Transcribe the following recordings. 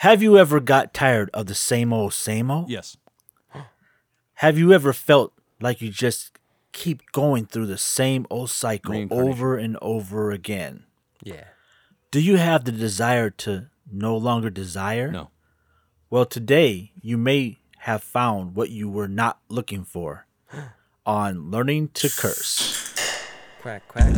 Have you ever got tired of the same old, same old? Yes. Have you ever felt like you just keep going through the same old cycle Reincarnation. over and over again? Yeah. Do you have the desire to no longer desire? No. Well, today you may have found what you were not looking for on learning to curse. Quack quack.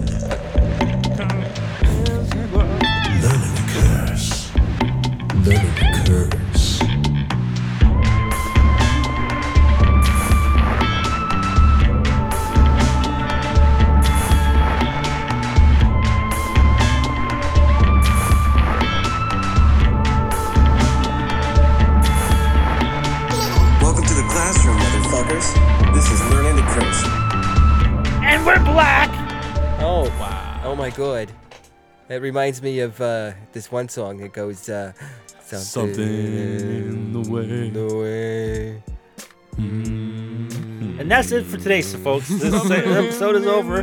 Welcome to the classroom, motherfuckers. This is Learning to Curse. Oh wow. Oh my god. That reminds me of uh, this one song that goes uh, something, Something in the way. the way. And that's it for today, so folks. This episode is over.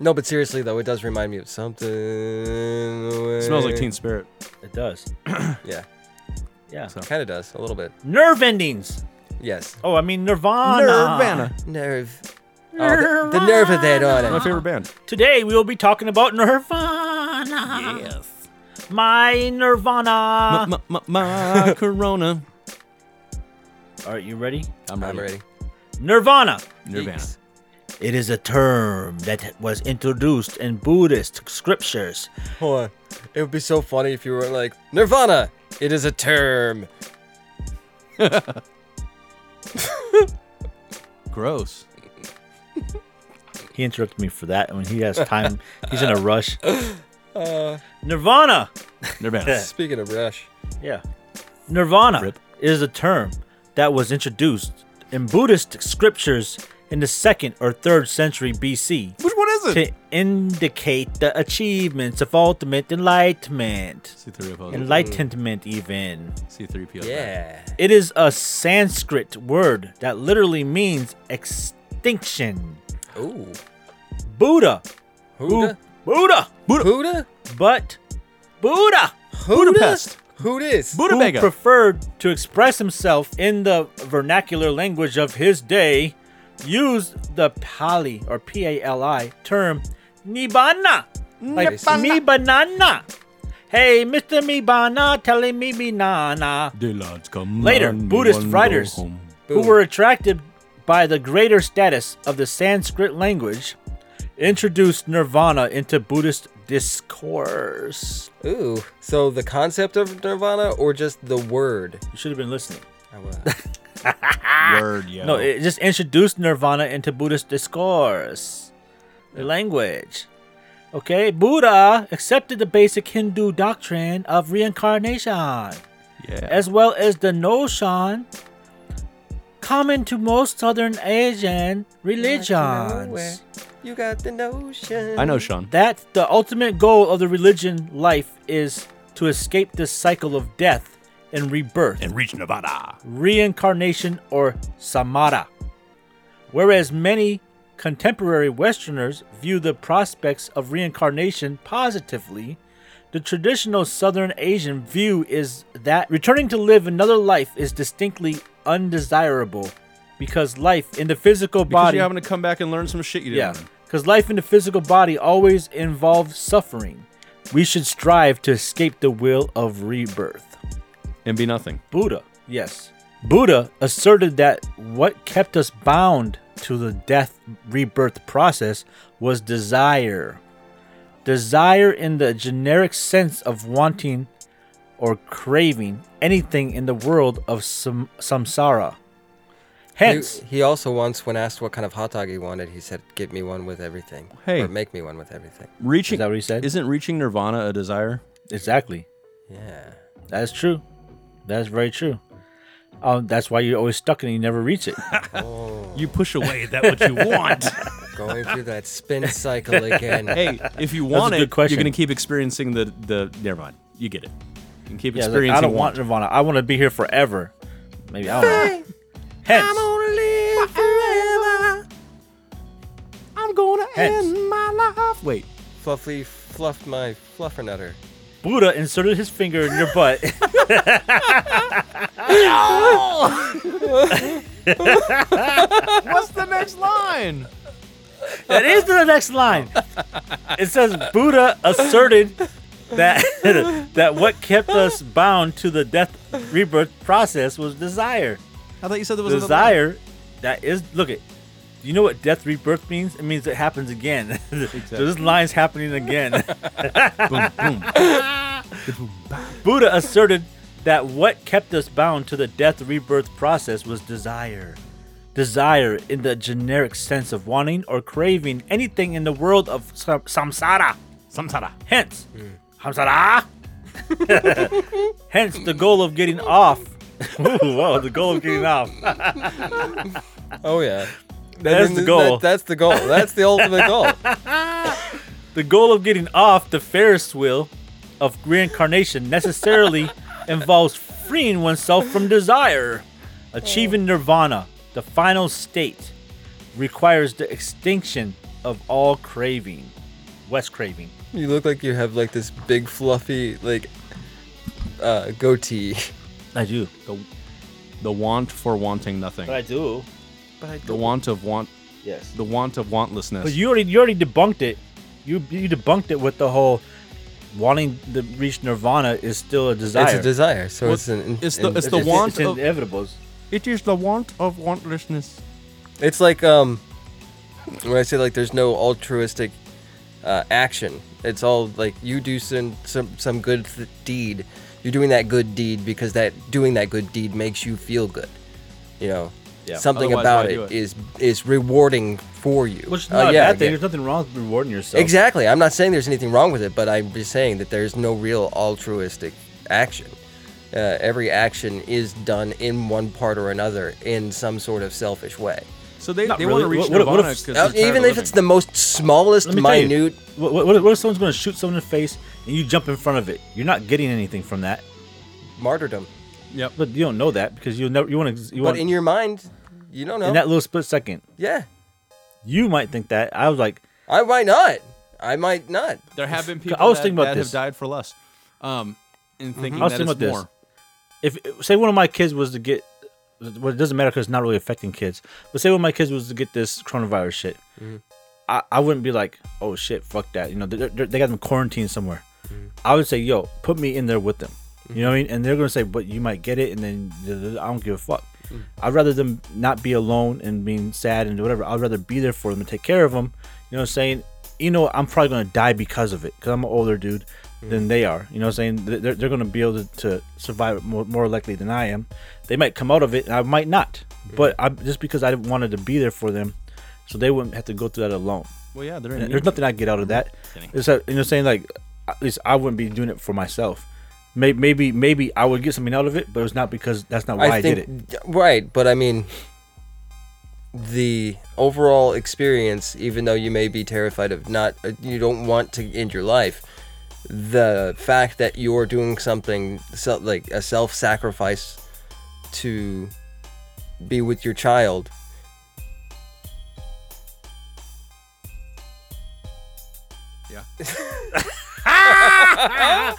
No, but seriously though, it does remind me of something. in the way. It smells like Teen Spirit. It does. Yeah, Yeah. So- kind of does a little bit. Nerve endings. Yes. Oh, I mean Nirvana. Nerve. Oh, the, the nerve of that on My it. favorite band. Today we will be talking about Nirvana. Yes. My Nirvana. My, my, my Corona. All right, you ready? Um, I'm I'm ready. Nirvana. Nirvana. Yeeks. It is a term that was introduced in Buddhist scriptures. Hold on. It would be so funny if you were like, Nirvana, it is a term. Gross. He interrupted me for that. and When he has time, he's in a rush. Uh, Nirvana. Nirvana. Speaking of Rush, Yeah. Nirvana Rip. is a term that was introduced in Buddhist scriptures in the second or third century BC Which one is it? to indicate the achievements of ultimate enlightenment. C3PO. Enlightenment, even. C3PO. yeah. It is a Sanskrit word that literally means extinction. Ooh. Buddha. Huda? Buddha. Huda? But Buddha, Budapest. Who this? who Budapest. preferred to express himself in the vernacular language of his day, used the Pali or P-A-L-I term Nibbana, like Nibbana. me banana. Hey, Mr. Nibbana, telling me me nana. The lads come Later, and Buddhist one go writers home. who Boom. were attracted by the greater status of the Sanskrit language, introduced Nirvana into Buddhist discourse. Ooh. So the concept of Nirvana or just the word? You should have been listening. I will- Word, yo. Ah. No, it just introduced Nirvana into Buddhist discourse, the language. Okay, Buddha accepted the basic Hindu doctrine of reincarnation, yeah. as well as the notion common to most Southern Asian religions You got the notion. I know, Sean. that the ultimate goal of the religion life is to escape this cycle of death and rebirth. and reach Nevada. reincarnation, or samara. Whereas many contemporary Westerners view the prospects of reincarnation positively, the traditional Southern Asian view is that returning to live another life is distinctly undesirable because life in the physical Because body you're having to come back and learn some shit you didn't yeah, learn. because life in the physical body always involves suffering. We should strive to escape the will of rebirth. And be nothing. Buddha, yes. Buddha asserted that what kept us bound to the death rebirth process was desire. Desire in the generic sense of wanting or craving anything in the world of sam- samsara. He, Hence, he also once, when asked what kind of hot dog he wanted, he said, "Get me one with everything." Hey. Or make me one with everything. Reaching Is that what he said? Isn't reaching Nirvana a desire? exactly. Yeah. That's true. That's very true. Um, that's why you're always stuck and you never reach it. You push away that what you want. Going through that spin cycle again. hey, if you want a it, good question. you're gonna keep experiencing the the. Never mind. You get it. You can keep Yeah, like, experiencing. I don't want want. Nirvana. I want to be here forever. Maybe I don't know. Hence, gonna live forever. I'm gonna Hence. my life Wait, Fluffy fluffed my fluffernutter. Buddha inserted his finger in your butt. what's the next line? that is the next line. It says Buddha asserted that that what kept us bound to the death rebirth process was desire. I thought you said there was another line. Desire that is look it. You know what death rebirth means? It means it happens again. so this line's happening again. Boom, boom. Buddha asserted that what kept us bound to the death rebirth process was desire. Desire in the generic sense of wanting or craving anything in the world of sam- samsara. Samsara. Hence, samsara. Hence the goal of getting off. Ooh, whoa, the goal of getting off. Oh yeah. That's And the th- goal. that- that's the goal. That's the ultimate goal. The goal of getting off the Ferris wheel of reincarnation necessarily involves freeing oneself from desire. Achieving nirvana, the final state, requires the extinction of all craving. West craving. You look like you have like this big fluffy like uh goatee. I do. The, the want for wanting nothing. do. But I the want of want. Yes. The want of wantlessness. But you already you already debunked it. You you debunked it with the whole wanting to reach nirvana is still a desire. It's a desire, so Well, it's an in- it's the- in- it's the want of- inevitable. it is the want of wantlessness. It's like um, when I say like there's no altruistic uh, action. It's all like you do some some some good th- deed. You're doing that good deed because that doing that good deed makes you feel good. You know, Yeah, something otherwise about why it, do it it? is is rewarding for you. Which is Uh, not a yeah, bad thing. again. There's nothing wrong with rewarding yourself. Exactly. I'm not saying there's anything wrong with it, but I'm just saying that there's no real altruistic action. Uh, every action is done in one part or another in some sort of selfish way. So they, Not they really. want to reach What- what if- what nirvana Oh, if- 'cause they're Uh, tired even of if it's living. the most smallest, Let me tell you, minute. What, what, what if someone's going to shoot someone in the face and you jump in front of it? You're not getting anything from that, martyrdom. Yep. but you don't know that because you never you want to. You But want in in, your mind, you don't know. that little split second, yeah, you might think that. I was like, I might not. I might not. There have been people I was that, thinking about that this. have died for less. Um, and thinking I was that thinking it's about this. more. if say one of my kids was to get, well, it doesn't matter because it's not really affecting kids. But say one of my kids was to get this coronavirus shit, I, I wouldn't be like, oh shit, fuck that. You know, they they they got them quarantined somewhere. I would say, yo, put me in there with them. You know what I mean? And they're gonna say, but you might get it, and then th- th- I don't give a fuck. I'd rather them not be alone and being sad and whatever. I'd rather be there for them and take care of them. You know what I'm saying? You know, I'm probably gonna die because of it because I'm an older dude than they are. You know what I'm saying? Th- They're, they're gonna be able to, to survive it more, more likely than I am. They might come out of it, and I might not. But I, just because I wanted to be there for them, so they wouldn't have to go through that alone. Well, yeah, they're And in. There's nothing I get out of that. It's that you know, saying like, at least I wouldn't be doing it for myself. Maybe, maybe, maybe I would get something out of it, but it's not because that's not why I, did it. Right, but I mean, the overall experience, even though you may be terrified of not, uh, you don't want to end your life, the fact that you're doing something so, like a self sacrifice to be with your child. Yeah. I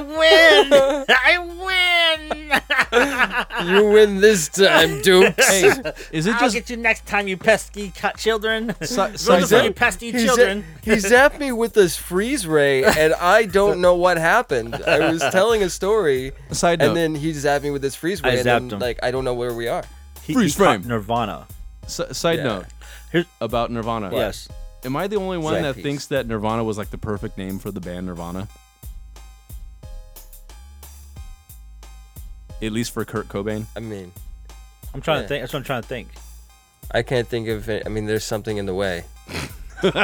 win! I win! You win this time, Dukes. Hey, is it just you next time, you pesky children. Si- Those are you pesky He za- he zapped me with this freeze ray, and I don't know what happened. I was telling a story, Side note. and then he zapped me with this freeze ray, and then zapped him. like I don't know where we are. Freeze frame. Nirvana. s- side Yeah. note Here's- about Nirvana? Yes. Am I the only one Side that piece. thinks that Nirvana was like the perfect name for the band Nirvana? At least for Kurt Cobain. I mean, I'm trying to Yeah. think. That's what I'm trying to think. I can't think of it. I mean, there's something in the way. Something.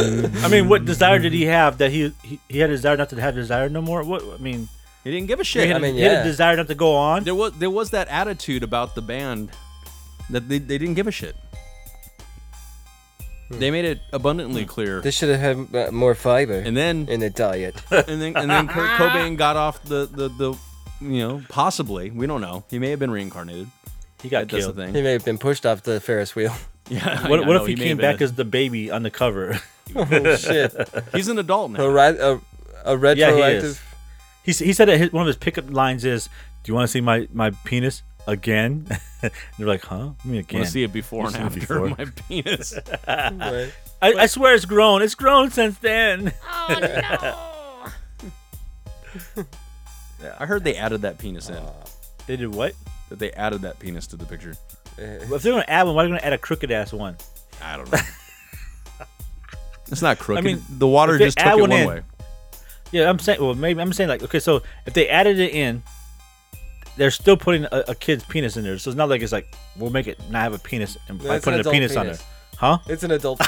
I mean, what desire did he have that he he, he had a desire not to have desire no more? What I mean, He didn't give a he shit. had, I mean, he had yeah. a desire not to go on. there was there was that attitude about the band that they, they didn't give a shit. They made it abundantly Hmm. clear. This should have had uh, more fiber and then in the diet. and then and then Kurt Cobain got off the, the the you know possibly we don't know he may have been reincarnated. He got That's the killed. thing. he may have been pushed off the Ferris wheel. Yeah. What, yeah, what no, if he, may came have been back as the baby on the cover? Oh shit! a- He's an adult now. A, ri- a, a retroactive. he, s- he said that his, one of his pickup lines is, "Do you want to see my, my penis again?" and they're like, "Huh? I mean, I want again." to see it before and You've after seen it my penis. Ah. right. I, I swear it's grown. It's grown since then. I heard they added that penis in. They did what? That they added that penis to the picture. If they're gonna add one, why are they gonna add a crooked ass one? I don't know. it's not crooked. mean, the water if they just took add it one one in- way. Yeah, I'm saying. Well, maybe I'm saying like, okay, so if they added it in, they're still putting a, a kid's penis in there. So it's not like it's like we'll make it not have a penis and by That's an putting a adult penis, on there, penis. huh? It's an adult.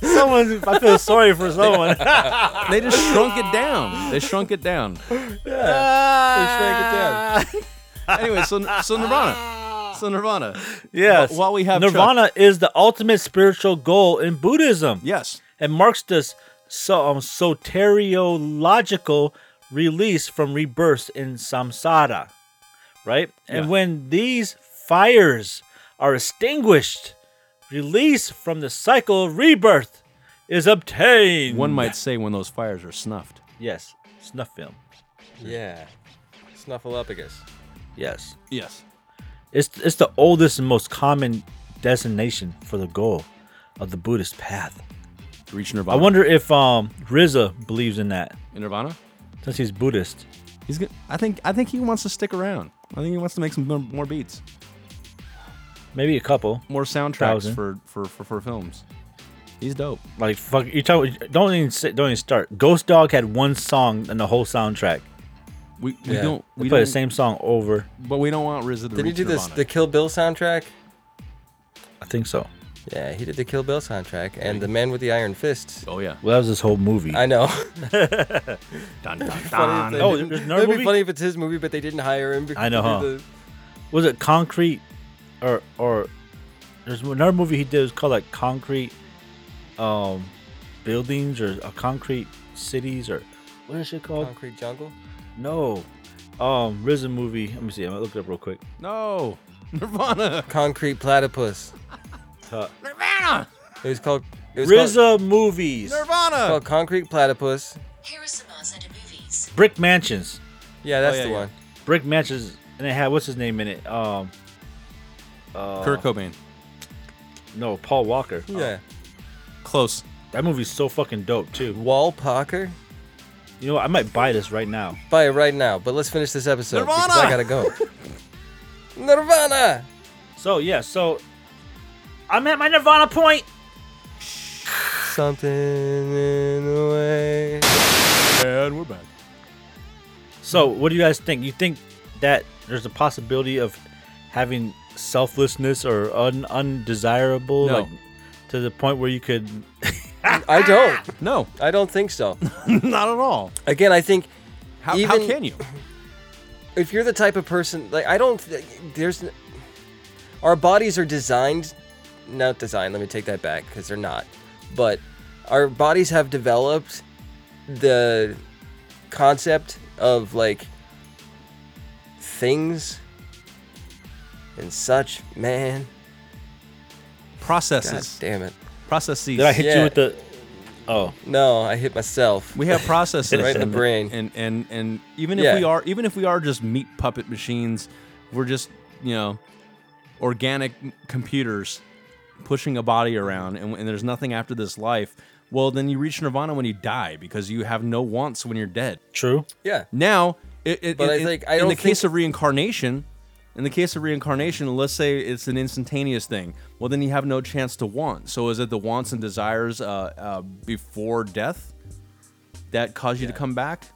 Someone, I feel sorry for someone. They just shrunk it down. They shrunk it down. yeah. Anyway, so so Nirvana. So Nirvana. yes. Wh- while we have Chuck- Nirvana is the ultimate spiritual goal in Buddhism. Yes. and marks this so um, soteriological release from rebirth in samsara, right? And Yeah. when these fires are extinguished, release from the cycle of rebirth is obtained. One might say when those fires are snuffed. yes, snuff film. yeah. Snuffleupagus. Yes, Yes. it's it's the oldest and most common designation for the goal of the Buddhist path. To reach I Nirvana. wonder if um, Riza believes in that In Nirvana. since he's Buddhist. He's good. I think I think he wants to stick around. I think he wants to make some more- more beats, Maybe a couple. more soundtracks Thousand. for, for for for films. He's dope. Like fuck, you talk. Don't even sit, don't even start. Ghost Dog had one song in the whole soundtrack. We, we Yeah. don't We we play don't, the same song over. but we don't want RZA to Didn't he reach do this, Nirvana. the Kill Bill soundtrack? I think so. Yeah, he did the Kill Bill soundtrack and the Man with the Iron Fist. Oh yeah. Well, that was this whole movie. I know. Dun, dun, Funny if dun. they Oh, didn't- there's another It'd be movie? funny if it's his movie, but they didn't hire him. because I know, he did huh? was it Concrete, or or there's another movie he did. It was called like Concrete, um, buildings or uh, Concrete cities or what is it the called? Concrete Jungle. No, um, RZA movie. Let me see. I'm gonna look it up real quick. No. Nirvana. Concrete Platypus. Uh, Nirvana. It was called. It was RZA Called, movies. Nirvana. called Concrete Platypus. Here are some Oz at movies. Brick mansions. Yeah, that's Oh, yeah, the yeah. one. Brick mansions. And it had what's his name in it? Um, Oh. Kurt Cobain. no, Paul Walker. Oh. Um, Yeah. Close. That movie's so fucking dope too. Wall Parker. You know, what? I might buy this right now. Buy it right now, but let's finish this episode because I Nirvana! gotta go. Nirvana. So yeah, so I'm at my Nirvana point. Something in the way. And we're back. So what do you guys think? You think that there's a possibility of having selflessness or un- undesirable, No. like to the point where you could? I don't. No, I don't think so. not at all. Again, I think How, how Even- can you? if you're the type of person like I don't th- there's n- our bodies are designed not designed let me take that back because they're not but our bodies have developed the concept of like things and such man god Processes. damn it Processes. Did I hit you Yeah. with the? Oh, no I hit myself We have processes Right in the and- brain. and and and even Yeah. if we are even if we are just meat puppet machines, we're just you know organic m- computers pushing a body around, and, and there's nothing after this life. Well, then you reach nirvana when you die because you have no wants when you're dead. true. yeah Now, it, it, But I in- think- I in don't the case think- of reincarnation, in the case of reincarnation, let's say it's an instantaneous thing. Well, then you have no chance to want. So is it the wants and desires uh, uh, before death that cause you to come back?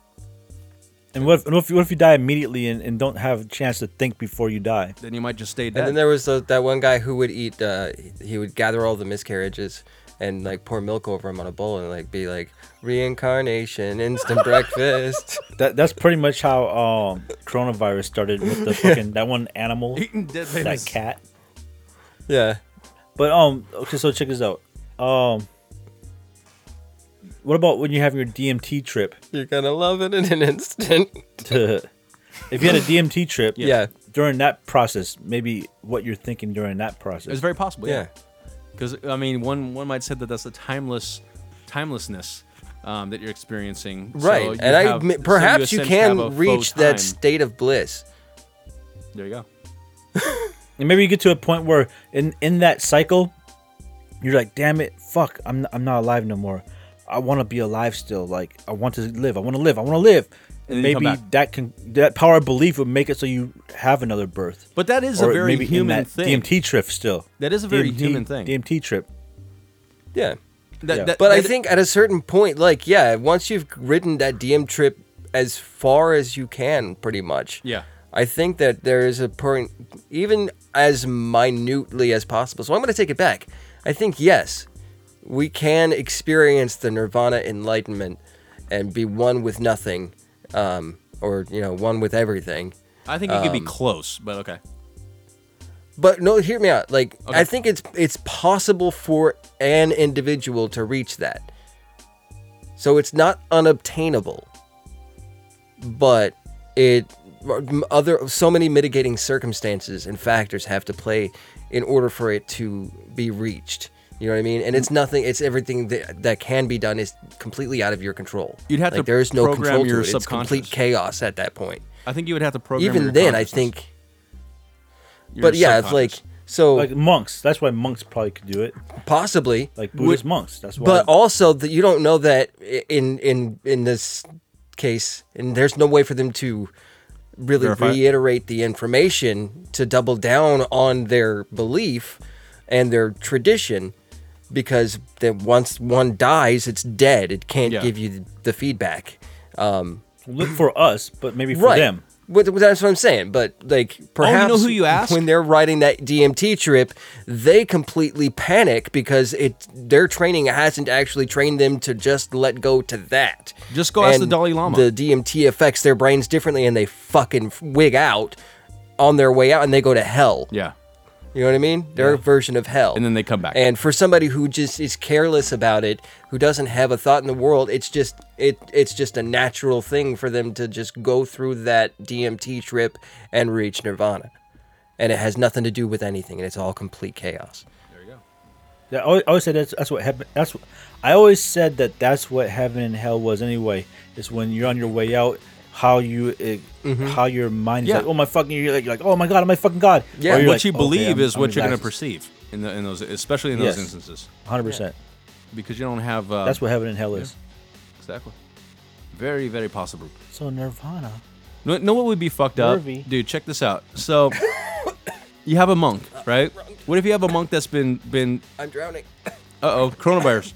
And what if, and what if, you- what if you die immediately and, and don't have a chance to think before you die? Then you might just stay And dead. then there was the, that one guy who would eat. Uh, he would gather all the miscarriages and like pour milk over him on a bowl and like be like reincarnation, instant breakfast. That that's pretty much how um, coronavirus started with the fucking that one animal, Eating dead that babies. cat. Yeah, But um, okay, so check this out. Um, what about when you have your DMT trip? you're gonna love it in an instant. if you had a DMT trip, Yeah. during that process, maybe what you're thinking during that process. It's very possible. Yeah. Yeah. Because I mean, one one might say that that's the timeless timelessness um, that you're experiencing. So Right. you and I have- so admit, you perhaps you essentially have a can faux reach that time. state of bliss. there you go. And maybe you get to a point where in in that cycle, you're like, damn it, fuck, I'm I'm not alive no more. I want to be alive still. Like I want to live. I want to live. I want to live. And then you come maybe back. that can that power of belief would make it so you have another birth. But that is a very maybe in human that thing. DMT trip still. That is a very DMT human thing. DMT trip. Yeah. That- Yeah. that- But I that- think at a certain point, like, yeah, once you've ridden that DM trip as far as you can, pretty much. Yeah. I think that there is a point, even as minutely as possible. So I'm going to take it back. I think, yes, we can experience the nirvana enlightenment and be one with nothing um, or, you know, one with everything. I think it Um, could be close, but okay. But no, hear me out. Like Okay. I think it's it's possible for an individual to reach that. So it's not unobtainable. But it other so many mitigating circumstances and factors have to play in order for it to be reached. You know what I mean? And it's nothing. It's everything that, that can be done is completely out of your control. You'd have like, to there is no program control your to it. It's complete subconscious. chaos at that point. I think you would have to program. Even your then, I consciousness, think. your But yeah, it's like subconscious. so Like monks. That's why monks probably could do it. possibly. Like Buddhist monks. That's why. but also that you don't know that i- in in in this case and there's no way for them to really Verify it. reiterate the information to double down on their belief and their tradition because then once one dies it's dead it can't Yeah. give you the feedback um look for us, but maybe for right them. But- but that's what i'm saying but like perhaps who Oh, you ask? when they're riding that dmt trip they completely panic because it their training hasn't actually trained them to just let go to that Just go ask the And Dalai Lama. the dmt affects their brains differently and they fucking wig out on their way out and they go to hell yeah, you know what i mean their version of hell and then they come back. and for somebody who just is careless about it, who doesn't have a thought in the world, it's just it it's just a natural thing for them to just go through that DMT trip and reach nirvana. And it has nothing to do with anything, and it's all complete chaos. Yeah, I always, I always said that's that's what heaven. That's what, I always said that that's what heaven and hell was anyway. It's when you're on your way out, how you eh, how your mind is Mm-hmm. Yeah. like, oh my fucking, you're like, you're like, oh my god, oh my fucking god. Yeah. Or you're what like, you "Okay, believe I'm- is I'm what you're going to relaxed." perceive in, the, in those, especially in those Yes. instances, 100. percent because you don't have. Uh, That's what heaven and hell is. exactly. Very, very possible. So Nirvana. No, know what would be fucked up, Nervy. dude? Check this out. So, you have a monk, right? What if you have a monk that's been been I'm drowning. uh oh coronavirus?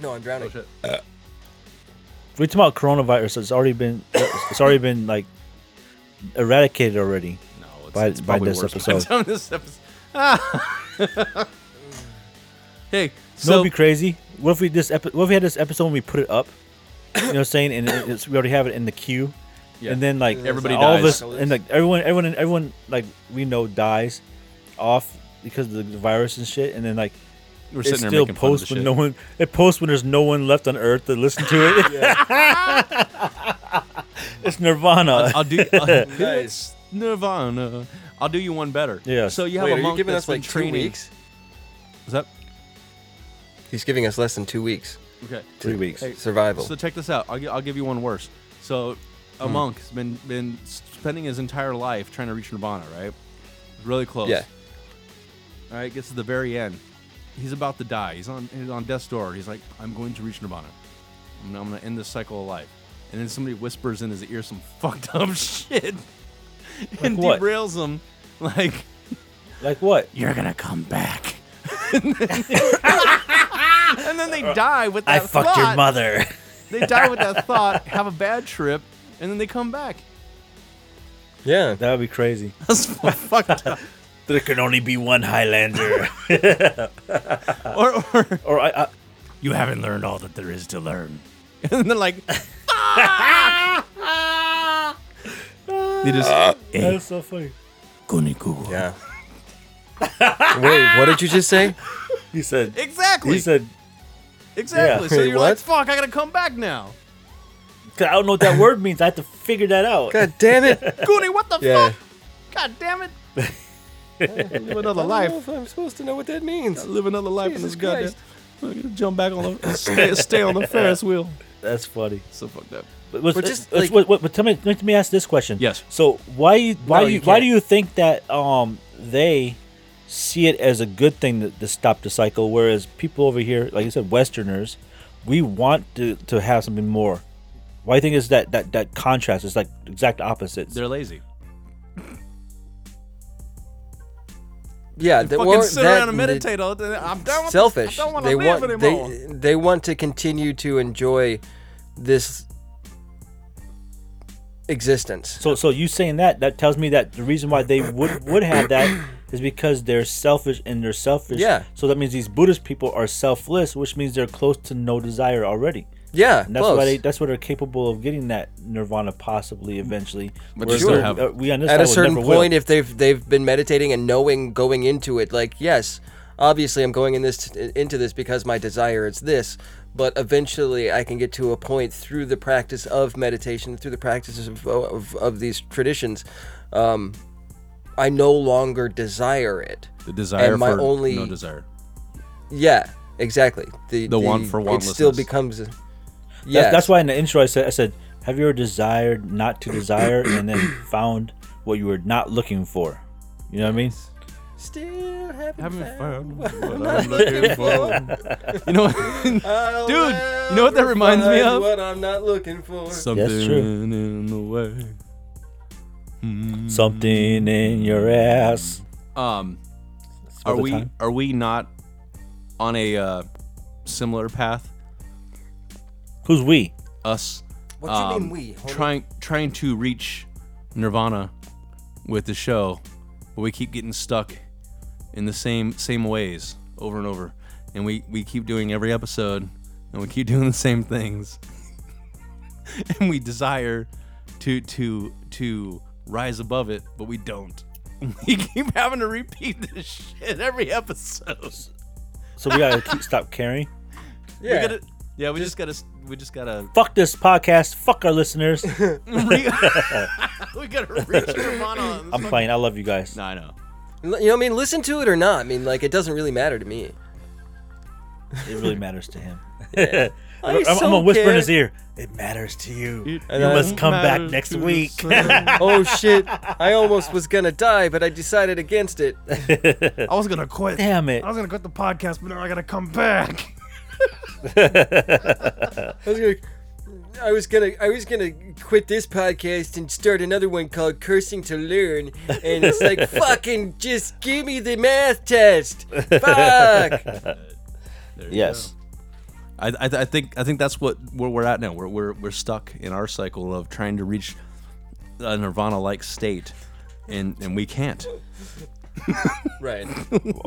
No, Oh, I'm Oh, drowning. We talking about coronavirus. It's already been it's already been like eradicated already. No, it's, By- it's by probably this worse by the episode. time this episode. Ah. hey, so no, it'd be crazy. What if we this epi- What if we had this episode and we put it up? You know, what I'm saying, and it- it's, we already have it in the queue. Yeah. And then like Everybody all dies. of us, and like everyone, everyone, everyone like we know dies off because of the virus and shit. And then like we're it sitting there still making fun of posts the when shit. no one it posts when there's no one left on Earth to listen to it. it's Nirvana. I'll do I'll, Nice. Nirvana. I'll do you one better. Yes. So you have Wait, a are monk you giving that's us like been two training. weeks? Is that He's giving us less than two weeks. okay? Three weeks. Hey, Survival. Hmm. So check this out. I'll, gi- I'll give you one worse. So a monk's been been spending his entire life trying to reach nirvana, right? Really close. Yeah. All right, gets to the very end. He's about to die. He's on he's on death's door. He's like, I'm going to reach nirvana. I'm, gonna- I'm going to end this cycle of life. And then somebody whispers in his ear some fucked up shit and what? derails him. Like, like what? you're going to come back. and, then, and then they die with I that fucked your thought. mother. They die with that thought, have a bad trip, and then they come back. Yeah. That would be crazy. That's fucked up. There can only be one Highlander. Or, or or I, I you haven't learned all that there is to learn. And they're like, they just that's so funny. Yeah. Wait, what did you just say? He said. Eh, exactly, He said exactly. yeah. So Wait, you're like, what? fuck, I gotta come back now. 'Cause I don't know what that word means. I have to figure that out. God damn it. Goonie, what the Yeah. fuck? God damn it. live another I life. don't know if I'm supposed to know what that means. Live another life in Jesus this goddamn. Look, you Jump back on the stay, stay on the Ferris wheel. That's funny. So fucked up. But, what's- But just, what's- like- what- what- but tell me, let me ask this question. Yes. So why you why No, you, you why can't. do you think that um they see it as a good thing to, to stop the cycle, whereas people over here, like you said, Westerners, we want to to have something more. Why do you think is that that that contrast is like exact opposites? They're lazy. Yeah, they Fucking well, sit that- around and meditate all day. I'm done with selfish. This. I don't want they to live want anymore. they they want to continue to enjoy this existence. So so you saying that that tells me that the reason why they would would have that is because they're selfish and they're selfish. Yeah. So that means these Buddhist people are selfless, which means they're close to no desire already. Yeah, And that's close. why they, that's where they're capable of getting that nirvana possibly eventually. But Whereas you still we- have- uh, we on this At side a would certain never will. point, if they've they've been meditating and knowing going into it, like yes, obviously I'm going in this into this because my desire is this, but eventually I can get to a point through the practice of meditation, through the practices of of, of these traditions. Um, I no longer desire it. The desire and my for only- no desire. Yeah, exactly. The The want for It still wantlessness. becomes. a- Yeah, that's, that's why in the intro I said I said, "Have you ever desired not to desire and then found what you were not looking for?" You know what I mean? Still haven't, Haven't found- found what I'm looking for. You know, I'll Dude, you know what that never reminds me find of? What I'm not looking for. something true. in the way. Something in your ass. Um, All are the we time. are we not on a uh, similar path? Who's we? Us what um, you mean we? Hold on. trying trying to reach Nirvana with the show, but we keep getting stuck in the same same ways over and over, and we we keep doing every episode, and we keep doing the same things, and we desire to to to rise above it, but we don't. We keep having to repeat this shit every episode. So we gotta keep, stop caring. Yeah. We gotta, yeah, we just gotta we just gotta Fuck this podcast. Fuck our listeners. re- we gotta reach Nirvana. on this I'm playing. I love you guys. No, I know. L- You know, what I mean, listen to it or not. I mean, like, it doesn't really matter to me. It really matters to him. I I'm, I'm so gonna whisper in his care. ear. It matters to you. You And I- must come back next week. I Oh shit! I almost was gonna die, but I decided against it. was gonna quit. Damn it. I was gonna quit the podcast, but now I gotta come back. I was gonna, I was gonna, I was gonna quit this podcast and start another one called "Cursing to Learn," and it's like, fucking, just give me the math test. Fuck. Yes. I, I, I think I think that's what where we're at now. We're we're we're stuck in our cycle of trying to reach a nirvana-like state, and and we can't. Right.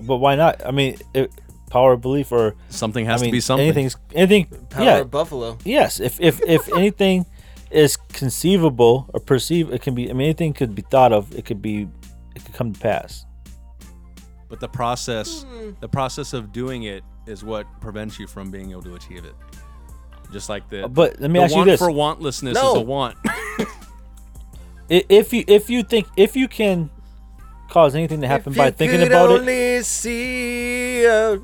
But why not? I mean, it, power of belief or Something I has to mean, be something. anything's anything. Power yeah. of Buffalo. Yes. If if if anything is conceivable or perceived, it can be. I mean, anything could be thought of. It could be. It could come to pass. But the process, the process of doing it is what prevents you from being able to achieve it. Just like the But let me the ask you want this. for wantlessness No. is a want. I- If you if you think if you can cause anything to happen If by you thinking could about it, only see a-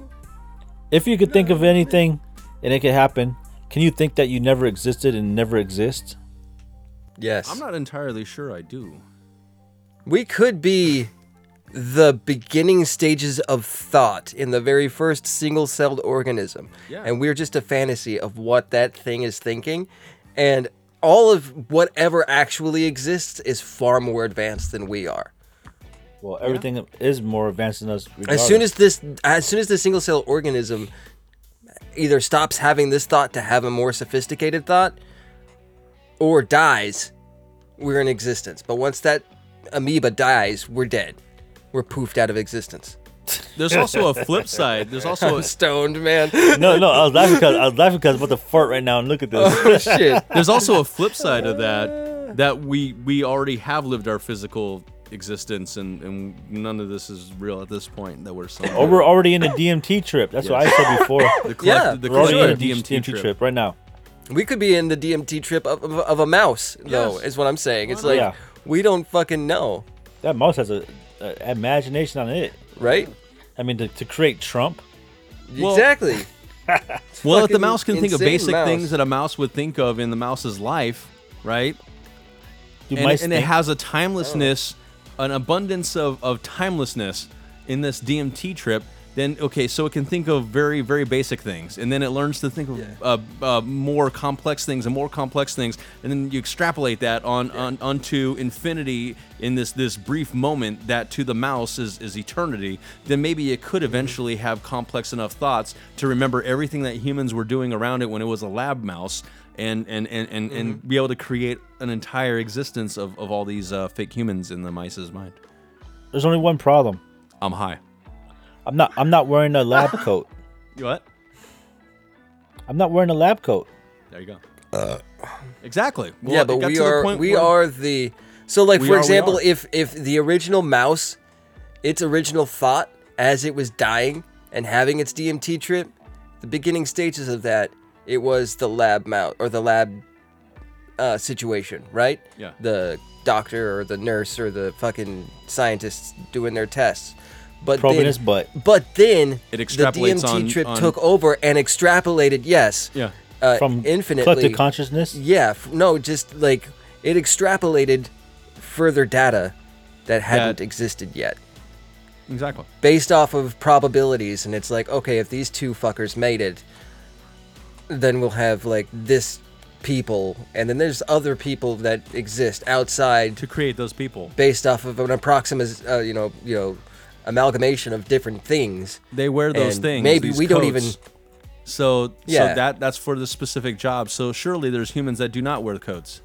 if you could think of anything and it could happen, can you think that you never existed and never exist? Yes. I'm not entirely sure I do. we could be the beginning stages of thought in the very first single-celled organism Yeah. and we're just a fantasy of what that thing is thinking and all of whatever actually exists is far more advanced than we are Well, everything is more advanced than us. as soon as this as soon as the single cell organism either stops having this thought to have a more sophisticated thought or dies we're in existence but once that amoeba dies we're dead we're poofed out of existence There's also a flip side. There's also a, stoned man no, no, I was laughing because I was laughing because I'm about to fart right now and look at this. oh shit there's also a flip side of that that we we already have lived our physical existence and and none of this is real at this point that we're somehow Or we're already in a DMT trip. That's what I said before. the collect- Yeah, the we're already in a collective DMT, DMT, trip. trip. right now. We could be in the DMT trip of, of, of a mouse, though, Yes. is what I'm saying. It's like, Yeah. we don't fucking know, That mouse has a, a imagination on it. right? I mean, to, to create Trump. Well- exactly. Well, if the fucking mouse can think of insane basic mouse. things that a mouse would think of in the mouse's life, right? Do And, mice and it think? has a timelessness, an abundance of, of timelessness in this DMT trip. Then okay, so it can think of very very basic things, and then it learns to think of uh, uh, more complex things and more complex things, and then you extrapolate that on, on onto infinity in this this brief moment that to the mouse is is eternity. Then maybe it could Mm-hmm. eventually have complex enough thoughts to remember everything that humans were doing around it when it was a lab mouse, and and and and, Mm-hmm. and be able to create an entire existence of, of all these uh, fake humans in the mice's mind. There's only one problem. I'm high. I'm not. I'm not wearing a lab coat. What? I'm not wearing a lab coat. There you go. exactly. Well, Uh. yeah, it but got we to the are point we where- are the so like We for are, we example, are. if if the original mouse, its original thought as it was dying and having its DMT trip, the beginning stages of that, it was the lab mouse or the lab uh, situation, right? Yeah. The doctor or the nurse or the fucking scientists doing their tests, but Probing then, his butt. But then It the extrapolates DMT on- trip on- took over and extrapolated. Yes. Yeah. Uh, From infinitely collective consciousness. yeah, f- no, just like it extrapolated further data that hadn't That- existed yet exactly. based off of probabilities. And it's like, okay, if these two fuckers made it, then we'll have like this people. And then there's other people that exist outside To create those people, based off of an approximate, uh, you know, you know, amalgamation of different things. they wear those And things. maybe these we don't even- coats. So Yeah. so that that's for the specific job. So surely there's humans that do not wear the coats.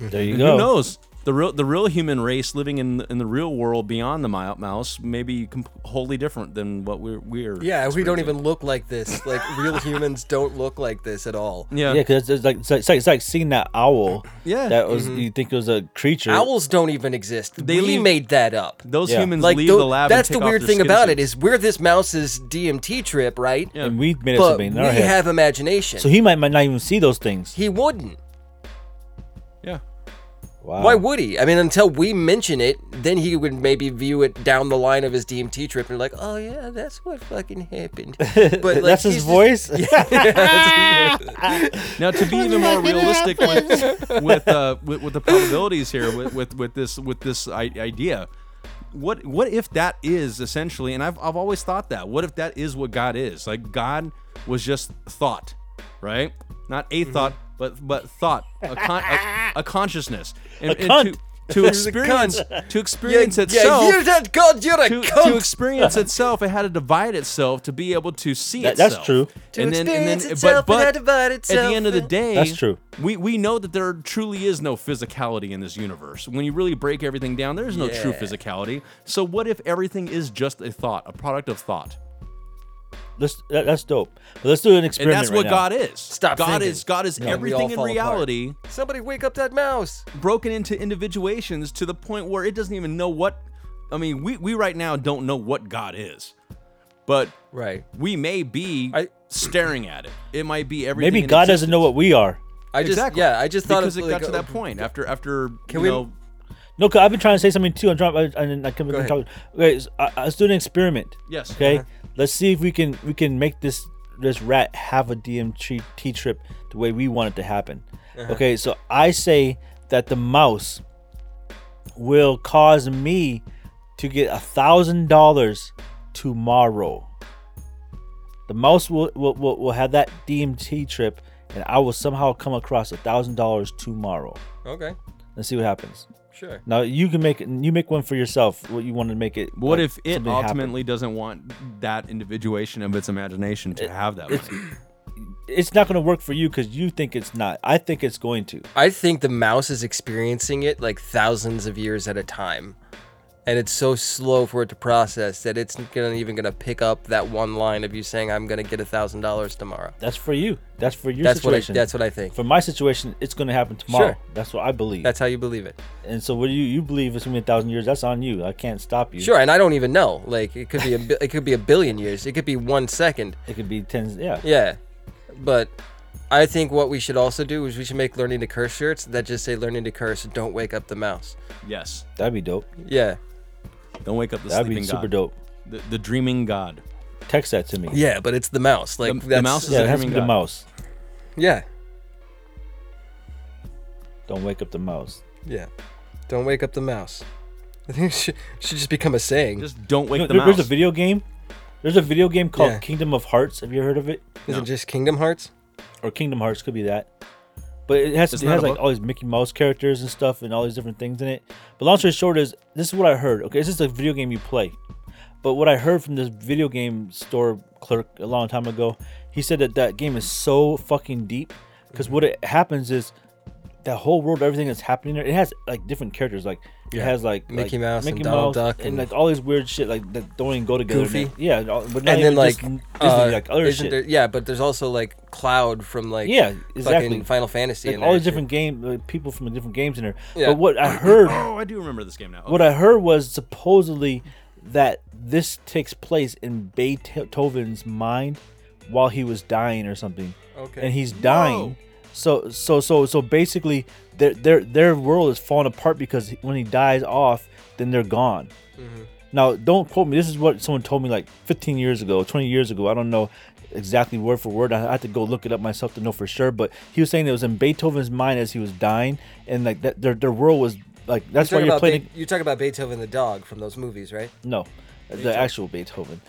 There you Who go. knows? The real the real human race living in the, in the real world beyond the mi- mouse may be com- wholly different than what we're we're. Yeah, we experiencing. don't even look like this. Like real humans don't look like this at all. Yeah. Yeah, because it's like it's like, it's like it's like seeing that owl. Yeah. that was you think it was a creature. Owls don't even exist. They They leave- made that up. Those Yeah. humans leave tho- the lab. That's and take the weird off their thing skin about it suits. is we're this mouse's DMT trip, right? Yeah. and we made it But something we in our head. have imagination. so he might, might not even see those things. he wouldn't. yeah. Wow. Why would he? I mean, until we mention it, then he would maybe view it down the line of his DMT trip and like, oh yeah, that's what fucking happened. But like, That's his he's just- voice. Now, to be even more realistic with with, uh, with with the probabilities here, with with, with this with this I- idea, what what if that is essentially? And I've I've always thought that. What if that is what God is? Like God was just thought, right? Not Mm-hmm. a thought, but but thought, a, con- a, a consciousness, and, and cunt. to to experience to Yeah, experience yeah, itself. you're that god, you're a to, cunt. to experience itself, it had to divide itself to be able to see That- that's itself. true. To and then, and then, experience but- itself, it but had to divide At itself. the end of the day, That's true. We we know that there truly is no physicality in this universe. When you really break everything down, there is no true Yeah. physicality. So what if everything is just a thought, a product of thought? Let's, that, that's dope. But let's do an And experiment. that's what right now. God is. Stop God thinking. is God is we all everything in fall apart. reality Somebody wake up that mouse. broken into individuations to the point where it doesn't even know what I mean, we, we right now don't know what God is. But Right. we may be I- staring at it. It might be everything. Maybe in God existence. doesn't know what we are. I just Exactly. yeah, I just thought because of, it like, got to uh, that point after after you Can we- know No, 'cause I've been trying to say something too. I'm trying, I- and I can ahead. talk. Okay, so I, I- let's do an experiment. Yes. Okay, Uh-huh. let's see if we can we can make this this rat have a DMT t- trip the way we want it to happen. Uh-huh. Okay, so I say that the mouse will cause me to get a thousand dollars tomorrow. The mouse will, will, will, will have that DMT trip, and I will somehow come across a thousand dollars tomorrow. Okay. Let's see what happens. Sure. Now you can make you make one for yourself. What you want to make it? what like, if it something happen. ultimately doesn't want that individuation of its imagination to have that money? it's not going to work for you because you think it's not. I think it's going to. I think the mouse is experiencing it like thousands of years at a time. And it's so slow for it to process that it's gonna even gonna pick up that one line of you saying, I'm gonna get a thousand dollars tomorrow. That's for you. That's for your That's what I situation. that's what I think. For my situation, it's going to happen tomorrow. Sure. That's what I believe. That's how you believe it. and so, what do you you believe it's going to be a thousand years? That's on you. I can't stop you. Sure, and I don't even know. Like it could be a bi- it could be a billion years. It could be one second. It could be ten. Yeah. Yeah. But I think what we should also do is we should make learning to curse shirts that just say "Learning to curse." Don't wake up the mouse. Yes. That'd be dope. Yeah, Don't wake up the That'd sleeping be super god. dope. The, the dreaming god. Text that to me. yeah, but it's the mouse. Like The- the that's, mouse is- Yeah, it has to be Dreaming the God. mouse. Yeah, Don't wake up the mouse. yeah. Don't wake up the mouse. I think it should, should just become a saying. Just don't wake You know, the Mm. there- mouse. There's a video game. There's a video game called Yeah. Kingdom of Hearts. Have you heard of it? is no. it just Kingdom Hearts? Or Kingdom Hearts could be that. But it has It's it not has a like book? all these Mickey Mouse characters and stuff and all these different things in it. But long story short is this is what I heard. Okay, this is a video game you play. But what I heard from this video game store clerk a long time ago, he said that that game is so fucking deep because what it happens is that whole world, everything that's happening there, it has like different characters. Like it has like Mickey like, Mouse and Donald Duck and, and- like all these weird shit like that don't even go together. and Goofy. it- yeah, and all- but not and then even just like Disney, uh, like other isn't shit. there- yeah, but there's also like Cloud from like Yeah, exactly. fucking Final Fantasy like and all these different game like, people from different games in there. Yeah. But what I heard, oh, I do remember this game now. what I heard was supposedly that this takes place in Beethoven's mind while he was dying or something, Okay. and he's dying. So so so so basically, their their their world is falling apart because when he dies off, then they're gone. Mm-hmm. Now, don't quote me. This is what someone told me like 15 years ago, 20 years ago. I don't know exactly word for word. I had to go look it up myself to know for sure. But he was saying it was in Beethoven's mind as he was dying, and like that their, their world was like that's You're why talking, you're about playing. Be- you're talking about Beethoven the dog from those movies, right? no, the actual Beethoven.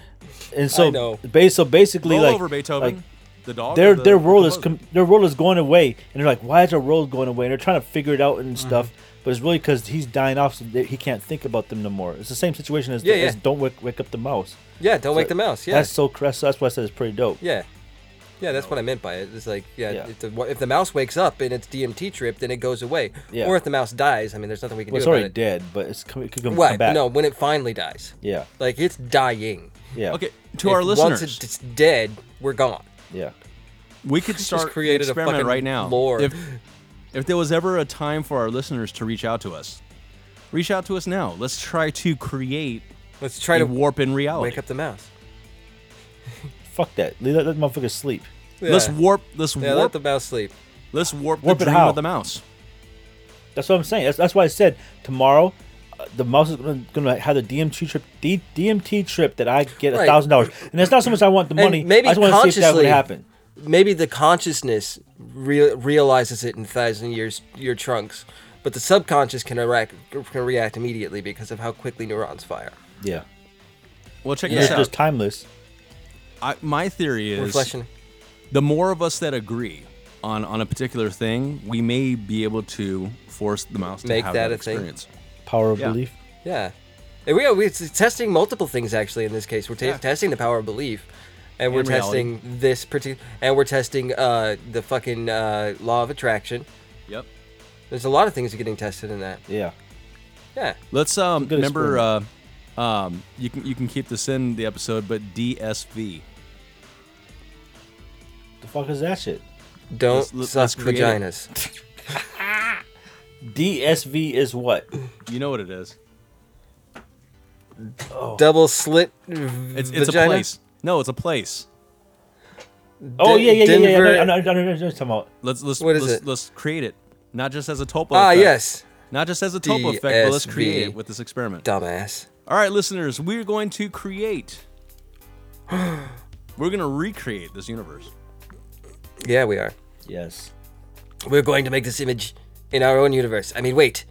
And so, know. ba- so basically, Roll like, over Beethoven. like, the dog. their or the- their world is the com- their world is going away, and they're like, why is our world going away? And they're trying to figure it out Mm-hmm. and stuff. But it's really because he's dying off, so that he can't think about them no more. It's the same situation as, Yeah, yeah. as don't wake, wake up the mouse. Yeah, don't wake the mouse. Yeah, That's so crass. That's why I said it's pretty dope. yeah, yeah. That's what I meant by it. It's like yeah, Yeah. If, the, if the mouse wakes up and it's DMT trip, then it goes away. Yeah. Or if the mouse dies, I mean, there's nothing we can Well, it's do about already it. dead, but it's com- it could come, Right? come back. No, when it finally dies, Yeah. like it's dying. Yeah. Okay, to If our listeners, once it's dead, we're gone. Yeah. we could start created a creating experiment fucking right now. lore. If if there was ever a time for our listeners to reach out to us, reach out to us now. Let's try to create Let's try to a warp in reality. wake up the mouse. Fuck that. Leave that, that motherfucker sleep. Let's Yeah. warp. Let's Yeah, let warp. the mouse sleep. let's warp, warp it the dream how? of the mouse. That's what I'm saying. That's, that's why I said tomorrow, uh, the mouse is gonna, gonna have the DMT trip. D, DMT trip that I get a Right. thousand dollars, and it's not so much I want the money. maybe I just want to see if that would consciously- happen. maybe the consciousness rea- realizes it in thousand years your trunks, but the subconscious can react can react immediately because of how quickly neurons fire. Yeah. Well, check Yeah. this It's just out. timeless. I, my theory is Reflection. the more of us that agree on on a particular thing, we may be able to force the mouse to Make have that that, a thing. experience. Power of Yeah. belief. Yeah. And we are we're testing multiple things actually in this case. We're ta- testing the power of belief. And we're And reality. testing this particular, and we're testing uh, the fucking uh, law of attraction. Yep. There's a lot of things getting tested in that. Yeah. Yeah, Let's um good remember uh, um you can you can keep this in the episode, but DSV. The fuck is that shit? don't Let's- let's suck create it. vaginas. DSV is what? You know what it is? Oh. Double slit. It's it's vagina? a place. No, it's a place. Oh D- yeah, yeah, yeah, yeah. Denver- yeah. I know, I know, I know, I know what you're talking about. Let's let's What is let's, it? let's create it. Not just as a topo. Ah, effect. yes, Not just as a topo effect, but let's create DSV. it with this experiment. dumbass. All right, listeners, we're going to create. we're gonna recreate this universe. Yeah, we are. Yes. We're going to make this image in our own universe. I mean, wait,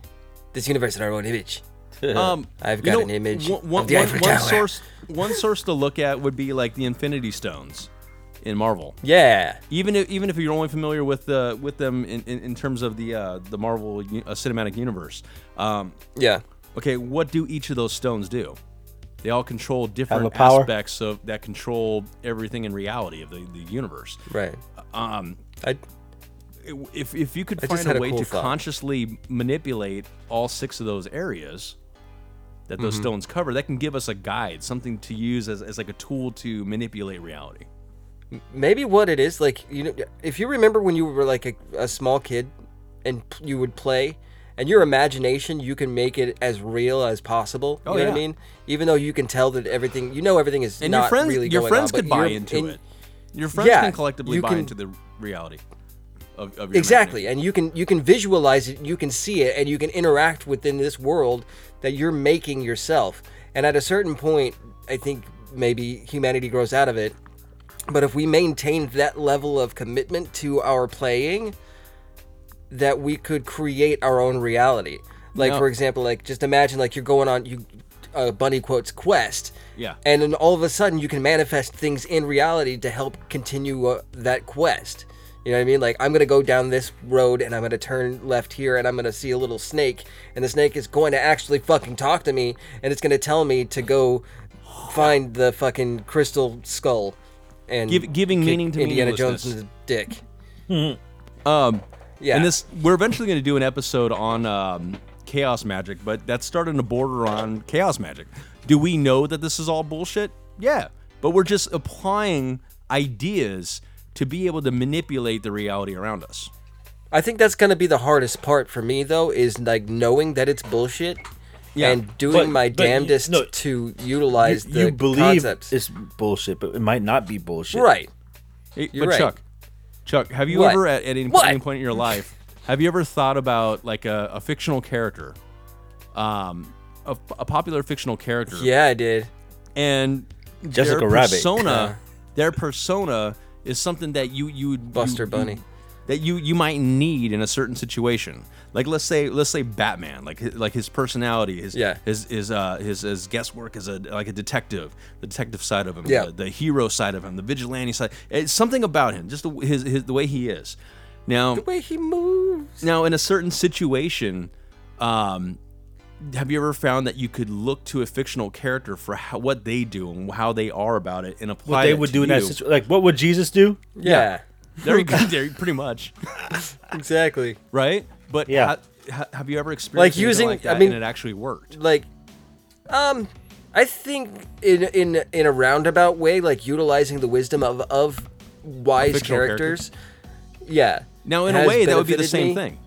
this universe in our own image. Um, I've you got know, an image One, one- of the one- Eiffel one Tower. source, one source to look at would be like the Infinity Stones in Marvel. Yeah, Even if, even if you're only familiar with the with them in, in, in terms of the uh, the Marvel u- uh, cinematic universe. Um, yeah, okay, what do each of those stones do? They all control different power. aspects of that control everything in reality of the, the universe. right. Um, I, if, if you could I just find had a a way cool to thought. consciously manipulate all six of those areas that Mm-hmm. those stones cover, that can give us a guide, something to use as, as like a tool to manipulate reality. maybe what it is like you know, if you remember when you were like a, a small kid, and p- you would play, and your imagination you can make it as real as possible. You Oh, know what yeah. I mean? Even though you can tell that everything, you know, everything is And not your friends, really your going friends on, but could buy you're- into and- it. Your friends Yeah, can collectively you buy can- into the reality. of, of your exactly imagination. and you can you can visualize it you can see it and you can interact within this world that you're making yourself and at a certain point i think maybe humanity grows out of it but if we maintained that level of commitment to our playing that we could create our own reality like No. for example like just imagine like you're going on you uh, bunny quotes quest Yeah. and then all of a sudden you can manifest things in reality to help continue uh, that quest you know what i mean like i'm gonna go down this road and i'm gonna turn left here and i'm gonna see a little snake and the snake is going to actually fucking talk to me and it's gonna tell me to go find the fucking crystal skull and Giv- giving kick meaning to indiana jones in meaninglessness. the dick Um, Yeah. And this, we're eventually going to do an episode on um, chaos magic, but that's starting to border on chaos magic. Do we know that this is all bullshit? Yeah, but we're just applying ideas to be able to manipulate the reality around us. I think that's gonna be the hardest part for me though, is like knowing that it's bullshit. Yeah, and doing but- my but you- damnedest no, to utilize the you believe concepts. it's bullshit, but it might not be bullshit. right. Hey, You're but right. Chuck, Chuck, have you What? ever at, at any, What? any point in your life have you ever thought about like a, a fictional character, um, a, a popular fictional character? Yeah, I did. and Jessica their Rabbit. persona, their persona is something that you you would- Buster you- Bunny. you- that you you might need in a certain situation. Like let's say let's say Batman, like hi- like his personality, his Yeah. his his uh his, his guesswork as a like a detective, the detective side of him, Yeah. the, the hero side of him, the vigilante side. It's something about him, just the, his, his the way he is. Now The way he moves. now, in a certain situation, um, have you ever found that you could look to a fictional character for how, what they do and how they are about it and apply What they it would to do in that you? situation, like what would Jesus do? Yeah. There you go, there, pretty much, Exactly. right? But Yeah. ha- ha- have you ever experienced anything using- like I that mean- and it actually worked? Like um I think in in in a roundabout way, like utilizing the wisdom of of wise Fictional character. characters. Yeah. Now, in a has way, that would be the benefited same me. thing.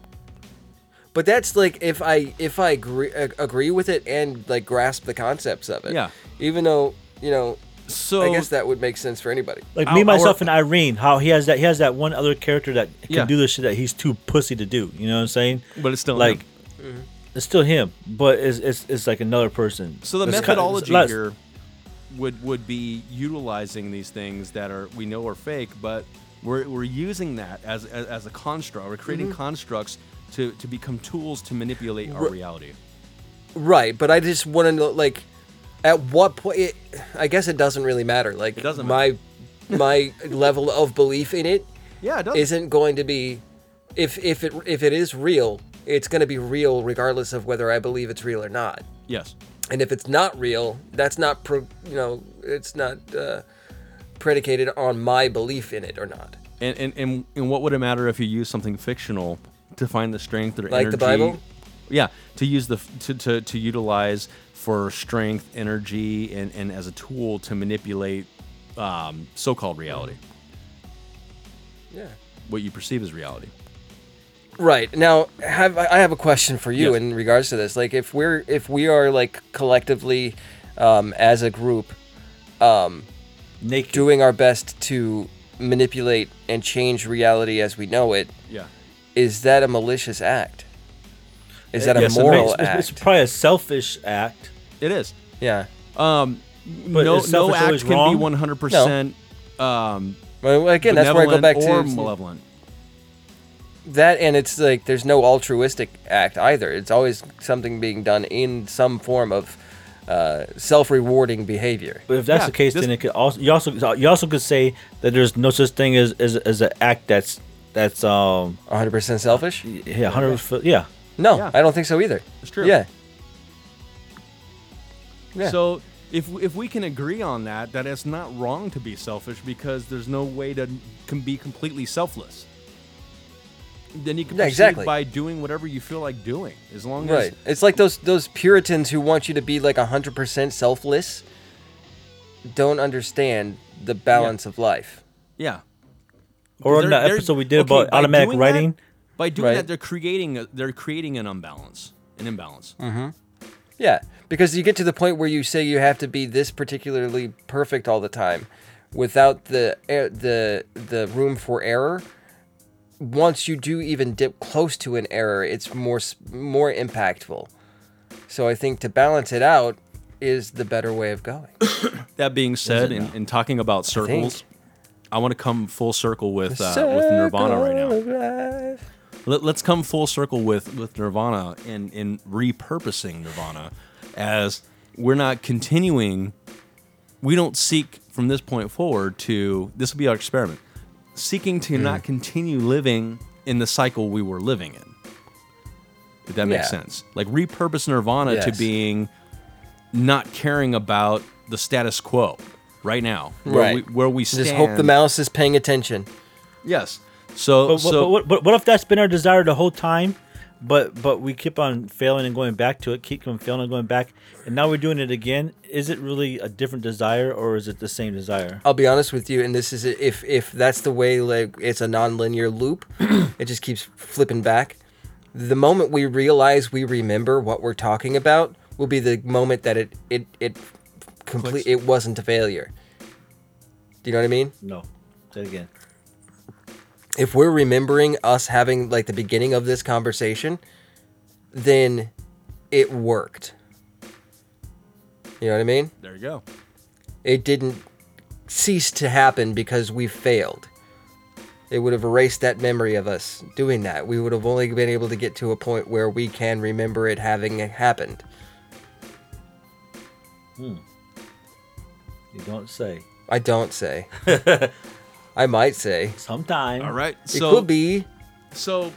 But that's like if I if I agree, ag- agree with it and like grasp the concepts of it. Yeah. Even though you know, So I guess that would make sense for anybody. Like Our- me, myself, our- and Irene. How he has that he has that one other character that can Yeah. do the shit that he's too pussy to do. You know what I'm saying? But it's still like him. it's still him, but it's it's, it's like another person. So the It's kind of- methodology less- here would would be utilizing these things that are we know are fake, but we're, we're using that as, as as a construct. We're creating Mm-hmm. constructs to to become tools to manipulate our reality. Right, but I just want to know like at what point it, I guess it doesn't really matter. Like doesn't my my level of belief in it Yeah, it does. isn't going to be if if it if it is real, it's going to be real regardless of whether I believe it's real or not. yes. and if it's not real that's not pro, you know it's not uh, predicated on my belief in it or not And, and and and what would it matter if you use something fictional to find the strength or Like energy? the Bible? Yeah, to use the f- to, to, to utilize for strength, energy, and, and as a tool to manipulate um, so-called reality, yeah what you perceive as reality. right now have i I have a question for you Yes. in regards to this like if we're if we are like collectively um, as a group um, naked. doing our best to manipulate and change reality as we know it Yeah. is that a malicious act is that a Yes, it It's- moral it's, it's act probably a selfish act. It is. yeah Um, no, is no selfish act always can be wrong? one hundred percent. Um, well again that's where i go benevolent back to or malevolent. that and it's like there's no altruistic act either it's always something being done in some form of uh, self-rewarding behavior But if that's Yeah, the case, this- then it could also you also you also could say that there's no such thing as as, as an act that's that's um 100% selfish yeah hundred yeah no Yeah. i don't think so either It's true. yeah yeah So if if we can agree on that, that it's not wrong to be selfish because there's no way to can be completely selfless. Then you can Yeah, proceed exactly. by doing whatever you feel like doing, as long right as it's like those those puritans who want you to be like 100% selfless don't understand the balance of life yeah. or They're- in that they're- episode we did okay, about by automatic doing writing. that- by doing Right. that, they're creating a, they're creating an imbalance, an imbalance. Mm. Yeah, because you get to the point where you say you have to be this particularly perfect all the time, without the er- the the room for error. once you do even dip close to an error, it's more s- more impactful. So I think to balance it out is the better way of going. That being said, in, in talking about circles, I, want to come full circle with uh, with Nirvana right now. now. Let, let's come full circle with with Nirvana and in repurposing Nirvana, as we're not continuing. We don't seek from this point forward to this will be our experiment, seeking Hmm. to not continue living in the cycle we were living in. If that makes Yeah. sense, like repurpose Nirvana to Yes. being not caring about the status quo right now, where Right. we, where we stand. Just hope the mouse is paying attention. Yes. So, But, so but, what, but what if that's been our desire the whole time? But but we keep on failing and going back to it. Keep on failing and going back, and now we're doing it again. Is it really a different desire, or is it the same desire? I'll be honest with you, and this is if if that's the way like it's a nonlinear loop, it just keeps flipping back. The moment we realize we remember what we're talking about will be the moment that it it it complete it wasn't a failure. Do you know what I mean? No, say it again. If we're remembering us having like the beginning of this conversation, then it worked. You know what I mean? there you go. it didn't cease to happen because we failed. It would have erased that memory of us doing that. We would have only been able to get to a point where we can remember it having happened. You don't say. I don't say. I might say. Sometime. All right. It So could be. So,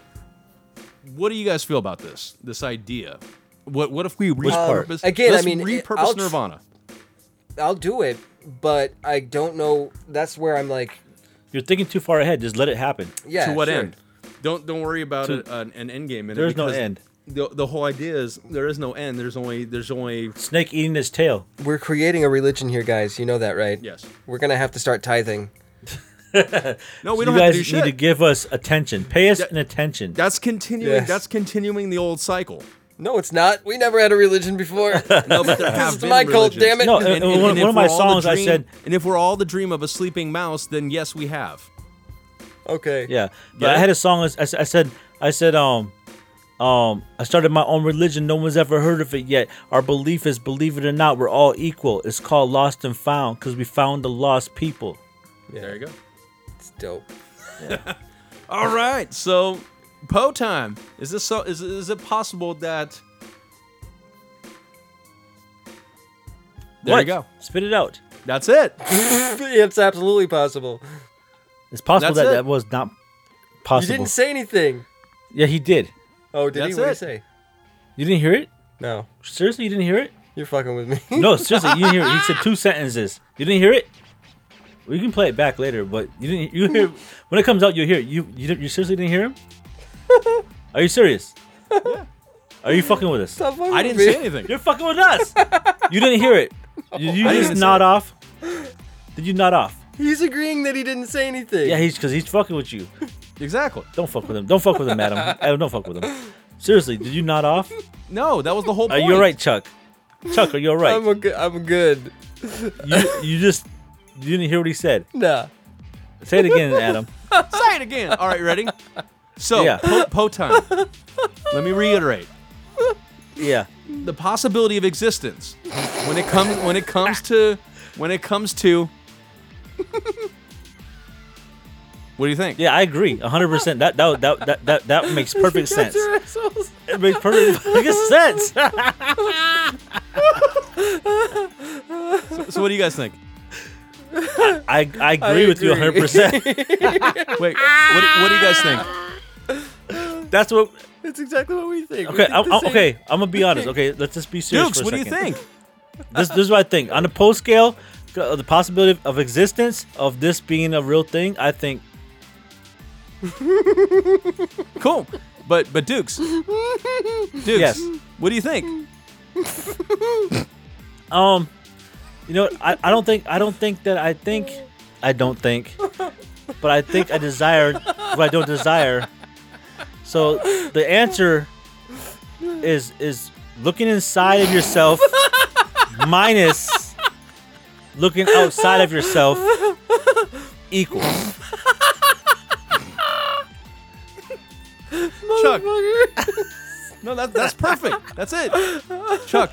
what do you guys feel about this? This idea? What What if we part? repurpose? Again, I let's mean, it- repurpose I'll- Nirvana. I'll do it, but I don't know. That's where I'm like, You're thinking too far ahead. Just let it happen. yeah. to what sure. end? Don't Don't worry about To- it, an, an end game. in it There's no because end. The, the whole idea is there is no end. There's only There's only Snake eating its tail. We're creating a religion here, guys. You know that, right? yes. We're gonna have to start tithing. No, we you don't have guys to do need shit. to give us attention. Pay us Yeah. an attention. that's continuing. Yes. That's continuing the old cycle. No, it's not. We never had a religion before. No, but there have it's been my cult, religions. damn it. No, and- and one- if one of my we're all the songs I dream- said- and if we're all the dream of a sleeping mouse, then yes, we have. Okay. Yeah, but Yeah. I had a song. I, s- I said, I said, um, um, I started my own religion. No one's ever heard of it yet. Our belief is, believe it or not, we're all equal. It's called Lost and Found because we found the lost people. There you go. It's dope. All right, so Poe time. Is this so? Is, is it possible that? There What? you go. Spit it out. That's it. it's absolutely possible. It's possible That's that it. that was not You possible. didn't say anything. yeah, he did. Oh, did That's he? What it. did he say? You didn't hear it? No. Seriously, you didn't hear it? You're fucking with me. No, seriously, you didn't hear it. He said two sentences. You didn't hear it? We can play it back later, but you didn't. You hear when it comes out, you'll hear it. You you, didn't- you seriously didn't hear him? Are you serious? Are you fucking with us? Stop fucking I with didn't me. say anything. You're fucking with us. You didn't hear it. Did you I didn't just say nod it. off? Did you nod off? He's agreeing that he didn't say anything. Yeah, he's because he's fucking with you. Exactly. Don't fuck with him. Don't fuck with him, Adam. Adam, don't fuck with him. Seriously, did you nod off? No, that was the whole Are point. you alright, Chuck? Chuck, are you I'm alright? a good. I'm good. You you just you didn't hear what he said. Nah. Say it again, Adam. Say it again. All right, ready? So Yeah. Poe Poe time. Let me reiterate Yeah. the possibility of existence when it comes when it comes to when it comes to. What do you think? Yeah, I agree, hundred percent. That that, that that that that makes perfect sense. It makes perfect fucking sense. So what do you guys think? I I agree with you agree. hundred percent. Wait, what, what do you guys think? That's what. That's exactly what we think. We Okay, think I'm, the I'm- same. okay. I'm gonna be honest. Okay, let's just be serious Dukes, for a what do you second. think? This this is what I think. On the post scale, uh, the possibility of existence of this being a real thing, I think Cool. But but Dukes. Dukes. Yes. What do you think? Um, you know, I, I don't think I don't think that I think I don't think, but I think I desire what I don't desire. So the answer is is looking inside of yourself minus looking outside of yourself equals. Chuck. No, that, that's perfect. That's it. Chuck,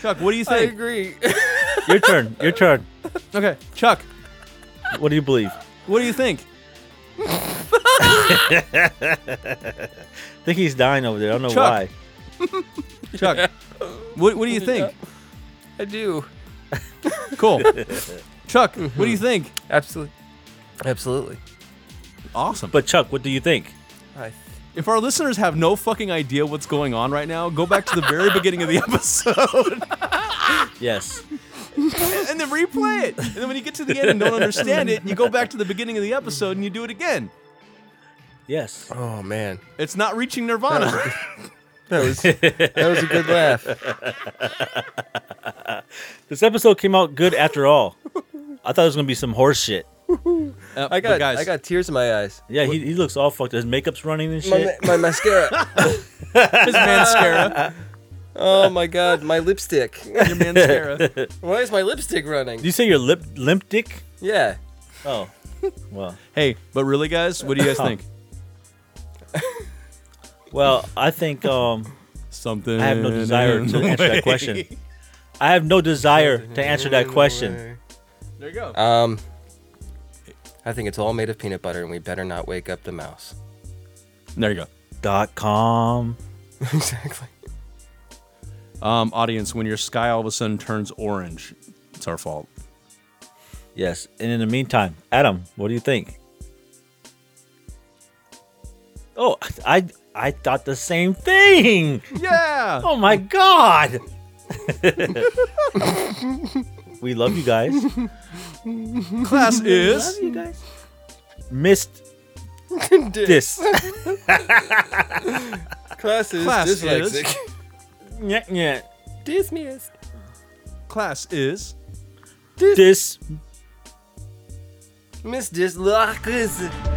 Chuck, what do you I think? agree. Your turn. Your turn. Okay, Chuck, What do you believe? what do you think? I think he's dying over there. I don't know why. Chuck. Chuck, what, what do you think? I do. Cool. Chuck, what do you think? Absolutely. Absolutely. Awesome. But But Chuck, what do you think? I if our listeners have no fucking idea what's going on right now, go back to the very beginning of the episode Yes. and then replay it. And then when you get to the end and don't understand it, you go back to the beginning of the episode and you do it again. Yes. oh man, It's not reaching Nirvana. that was that was a good laugh. This episode came out good after all. I thought it was gonna be some horse shit. Uh, I but got guys, I got tears in my eyes. Yeah, he, he looks all fucked. His makeup's running and My, shit. ma- my mascara. his mascara. Oh my god, my lipstick. Your mascara. Why is my lipstick Did running? you say your lip limp dick? Yeah. Oh. Well. Hey, but really, guys, what do you guys Oh. think? Well, I think um Something. I have no desire to answer that question. I have no desire to answer that question. There you go. Um, I think it's all made of peanut butter, and we better not wake up the mouse. There you Dot com. exactly. go. Um, audience, when your sky all of a sudden turns orange, it's our fault. Yes. And in the meantime, Adam, what do you think? Oh, I I thought the same thing. Yeah. Oh my god. we love you guys. Class is. you guys. Missed Dis- this. class is Class is- dyslexic. yeah, yeah. Dismissed. Class is. This Miss Dislockers.